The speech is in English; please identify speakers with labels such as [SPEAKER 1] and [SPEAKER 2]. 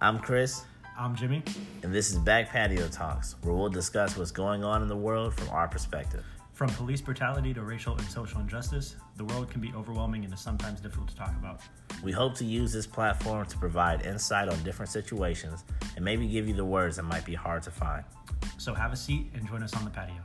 [SPEAKER 1] I'm Chris,
[SPEAKER 2] I'm Jimmy.
[SPEAKER 1] and this is Back Patio Talks, where we'll discuss what's going on in the world from our perspective.
[SPEAKER 2] From police brutality to racial and social injustice, the world can be overwhelming and is sometimes difficult to talk about.
[SPEAKER 1] We hope to use this platform to provide insight on different situations and maybe give you the words that might be hard to find.
[SPEAKER 2] So have a seat and join us on the patio.